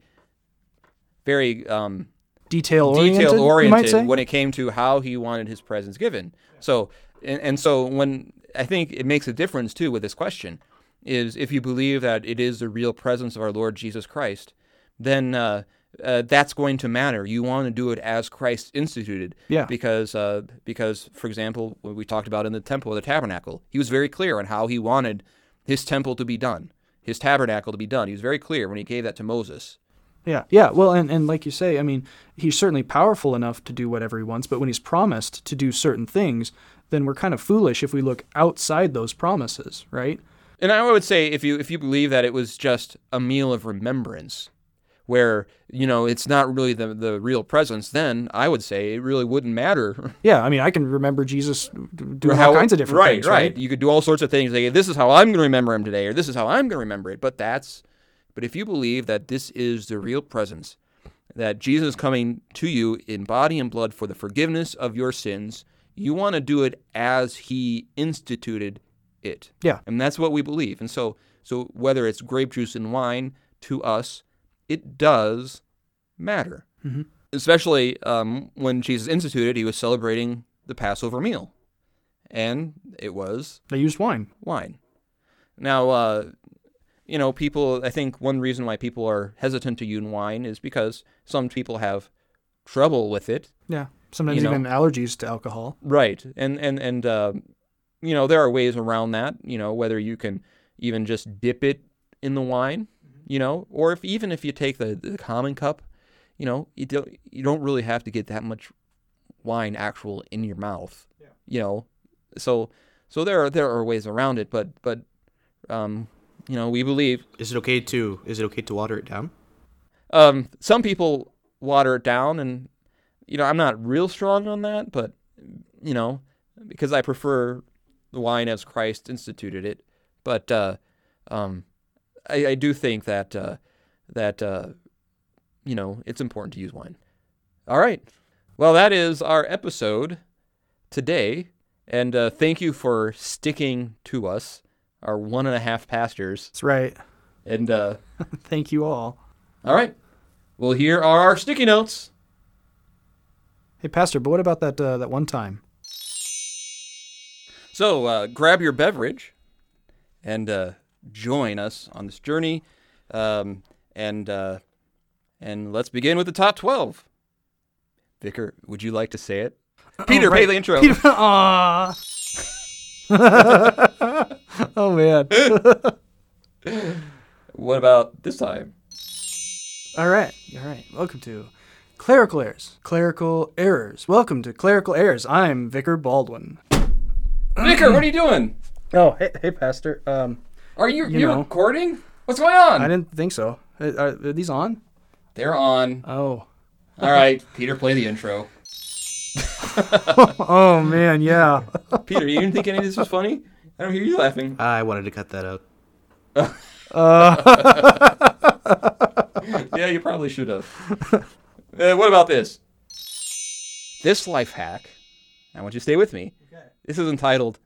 Speaker 2: very um,
Speaker 1: detail oriented.
Speaker 2: detail
Speaker 1: you might say.
Speaker 2: oriented when it came to how he wanted his presence given. So, and, and so when I think it makes a difference too with this question is if you believe that it is the real presence of our Lord Jesus Christ, then uh, uh, that's going to matter. You want to do it as Christ instituted.
Speaker 1: Yeah.
Speaker 2: Because, uh, because for example, what we talked about in the temple, the tabernacle, he was very clear on how he wanted his temple to be done, his tabernacle to be done. He was very clear when he gave that to Moses.
Speaker 1: Yeah, yeah. Well, and, and like you say, I mean, he's certainly powerful enough to do whatever he wants, but when he's promised to do certain things, then we're kind of foolish if we look outside those promises, right?
Speaker 2: And I would say if you if you believe that it was just a meal of remembrance, where you know it's not really the the real presence, then I would say it really wouldn't matter.
Speaker 1: Yeah, I mean, I can remember Jesus doing all kinds of different
Speaker 2: right,
Speaker 1: things,
Speaker 2: right,
Speaker 1: right?
Speaker 2: You could do all sorts of things. Like this is how I'm going to remember him today, or this is how I'm going to remember it. But that's but if you believe that this is the real presence, that Jesus is coming to you in body and blood for the forgiveness of your sins, you want to do it as He instituted it.
Speaker 1: Yeah.
Speaker 2: And that's what we believe. And so, so whether it's grape juice and wine to us, it does matter. Especially um, when Jesus instituted, he was celebrating the Passover meal, and it was
Speaker 1: They used wine.
Speaker 2: wine. Now, uh, you know, people, I think one reason why people are hesitant to use wine is because some people have trouble with it.
Speaker 1: Yeah. Sometimes
Speaker 2: You know.
Speaker 1: even allergies to alcohol.
Speaker 2: Right. And, and, and, uh, you know, there are ways around that, you know, whether you can even just dip it in the wine, you know, or if even if you take the, the common cup, you know, you don't, you don't really have to get that much wine actual in your mouth, you know, so, so there are, there are ways around it, but, but, um, you know, we believe
Speaker 4: Is it okay to is it okay to water it down?
Speaker 2: Um, some people water it down, and you know I'm not real strong on that, but you know because I prefer the wine as Christ instituted it. But uh, um, I, I do think that uh, that uh, you know it's important to use wine. All right, well that is our episode today, and uh, thank you for sticking to us, our one and a half pastors,
Speaker 1: That's right.
Speaker 2: and. Uh,
Speaker 1: Thank you all.
Speaker 2: all right. Well, here are our sticky notes.
Speaker 1: Hey, Pastor, but what about that uh, that one time?
Speaker 2: So uh, grab your beverage and uh, join us on this journey. Um, and uh, and let's begin with the top 12. Vicar, would you like to say it?
Speaker 1: Oh,
Speaker 2: Peter, pay the intro.
Speaker 1: Aw. oh man.
Speaker 2: What about this time?
Speaker 1: All right, all right. Welcome to Clerical Errors. Clerical Errors. Welcome to Clerical Errors. I'm Vicar Baldwin.
Speaker 2: Vicar, what are you doing?
Speaker 1: Oh, hey, hey, Pastor. Um,
Speaker 2: Are you, you
Speaker 1: know.
Speaker 2: recording? What's going on?
Speaker 1: I didn't think so. Uh, Are, are are these on?
Speaker 2: They're on.
Speaker 1: Oh.
Speaker 2: All right, Peter, play the intro.
Speaker 1: Oh man, yeah.
Speaker 2: Peter, you didn't think any of this was funny? I don't hear you laughing.
Speaker 4: I wanted to cut that out.
Speaker 2: yeah, you probably should have. Uh, what about this? This life hack, I want you to stay with me. This is entitled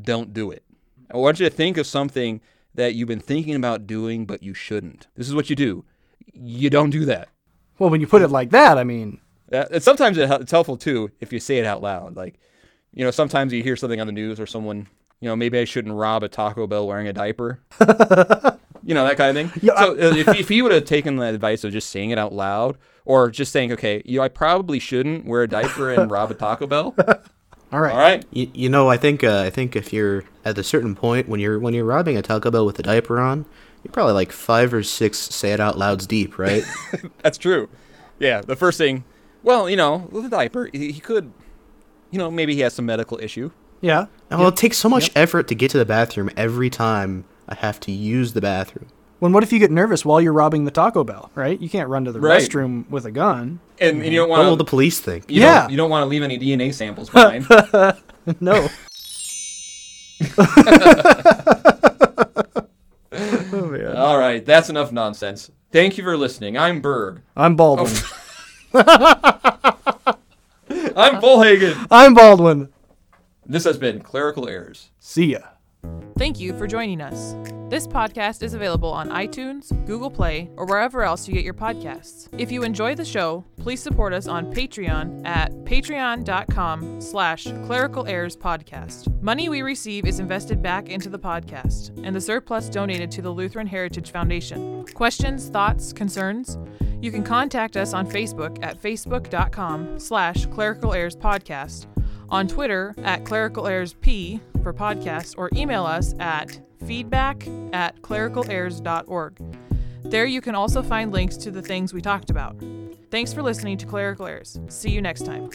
Speaker 2: Don't Do It. I want you to think of something that you've been thinking about doing, but you shouldn't. This is what you do you don't do that.
Speaker 1: well, when you put it like that, I mean,
Speaker 2: Uh, and sometimes it hel- it's helpful too if you say it out loud. Like, you know, sometimes you hear something on the news or someone, you know, maybe I shouldn't rob a Taco Bell wearing a diaper. you know, that kind of thing. so uh, if, if he would have taken the advice of just saying it out loud or just saying, okay, you know, I probably shouldn't wear a diaper and rob a Taco Bell.
Speaker 1: all right.
Speaker 2: All right.
Speaker 4: You, you know, I think uh, I think if you're at a certain point when you're when you're robbing a Taco Bell with a diaper on, you're probably like five or six say it out louds deep, right?
Speaker 2: That's true. Yeah, the first thing, well, you know, with a diaper, he, he could, you know, maybe he has some medical issue.
Speaker 1: Yeah.
Speaker 4: well, it takes so much effort to get to the bathroom every time I have to use the bathroom.
Speaker 1: When what if you get nervous while you're robbing the Taco Bell, right? You can't run to the
Speaker 2: Right.
Speaker 1: restroom with a gun.
Speaker 2: And, and you
Speaker 1: Mm-hmm.
Speaker 2: don't
Speaker 4: What will
Speaker 2: want
Speaker 4: the
Speaker 2: to.
Speaker 4: police think?
Speaker 2: You
Speaker 1: Oh, Yeah.
Speaker 2: Don't, you don't want to leave any DNA samples behind.
Speaker 1: No. oh man.
Speaker 2: All right, that's enough nonsense. Thank you for listening. I'm Berg.
Speaker 1: I'm Baldwin.
Speaker 2: I'm Bullhagen.
Speaker 1: I'm Baldwin.
Speaker 2: This has been Clerical Errors.
Speaker 1: See ya.
Speaker 5: Thank you for joining us. This podcast is available on iTunes, Google Play, or wherever else you get your podcasts. If you enjoy the show, please support us on Patreon at patreon.com slash clerical errors podcast. Money we receive is invested back into the podcast and the surplus donated to the Lutheran Heritage Foundation. Questions, thoughts, concerns? You can contact us on Facebook at facebook.com slash clerical errors podcast on Twitter at Clerical Errors P for podcasts, or email us at feedback at clericalerrors.org. There you can also find links to the things we talked about. Thanks for listening to Clerical Errors. See you next time.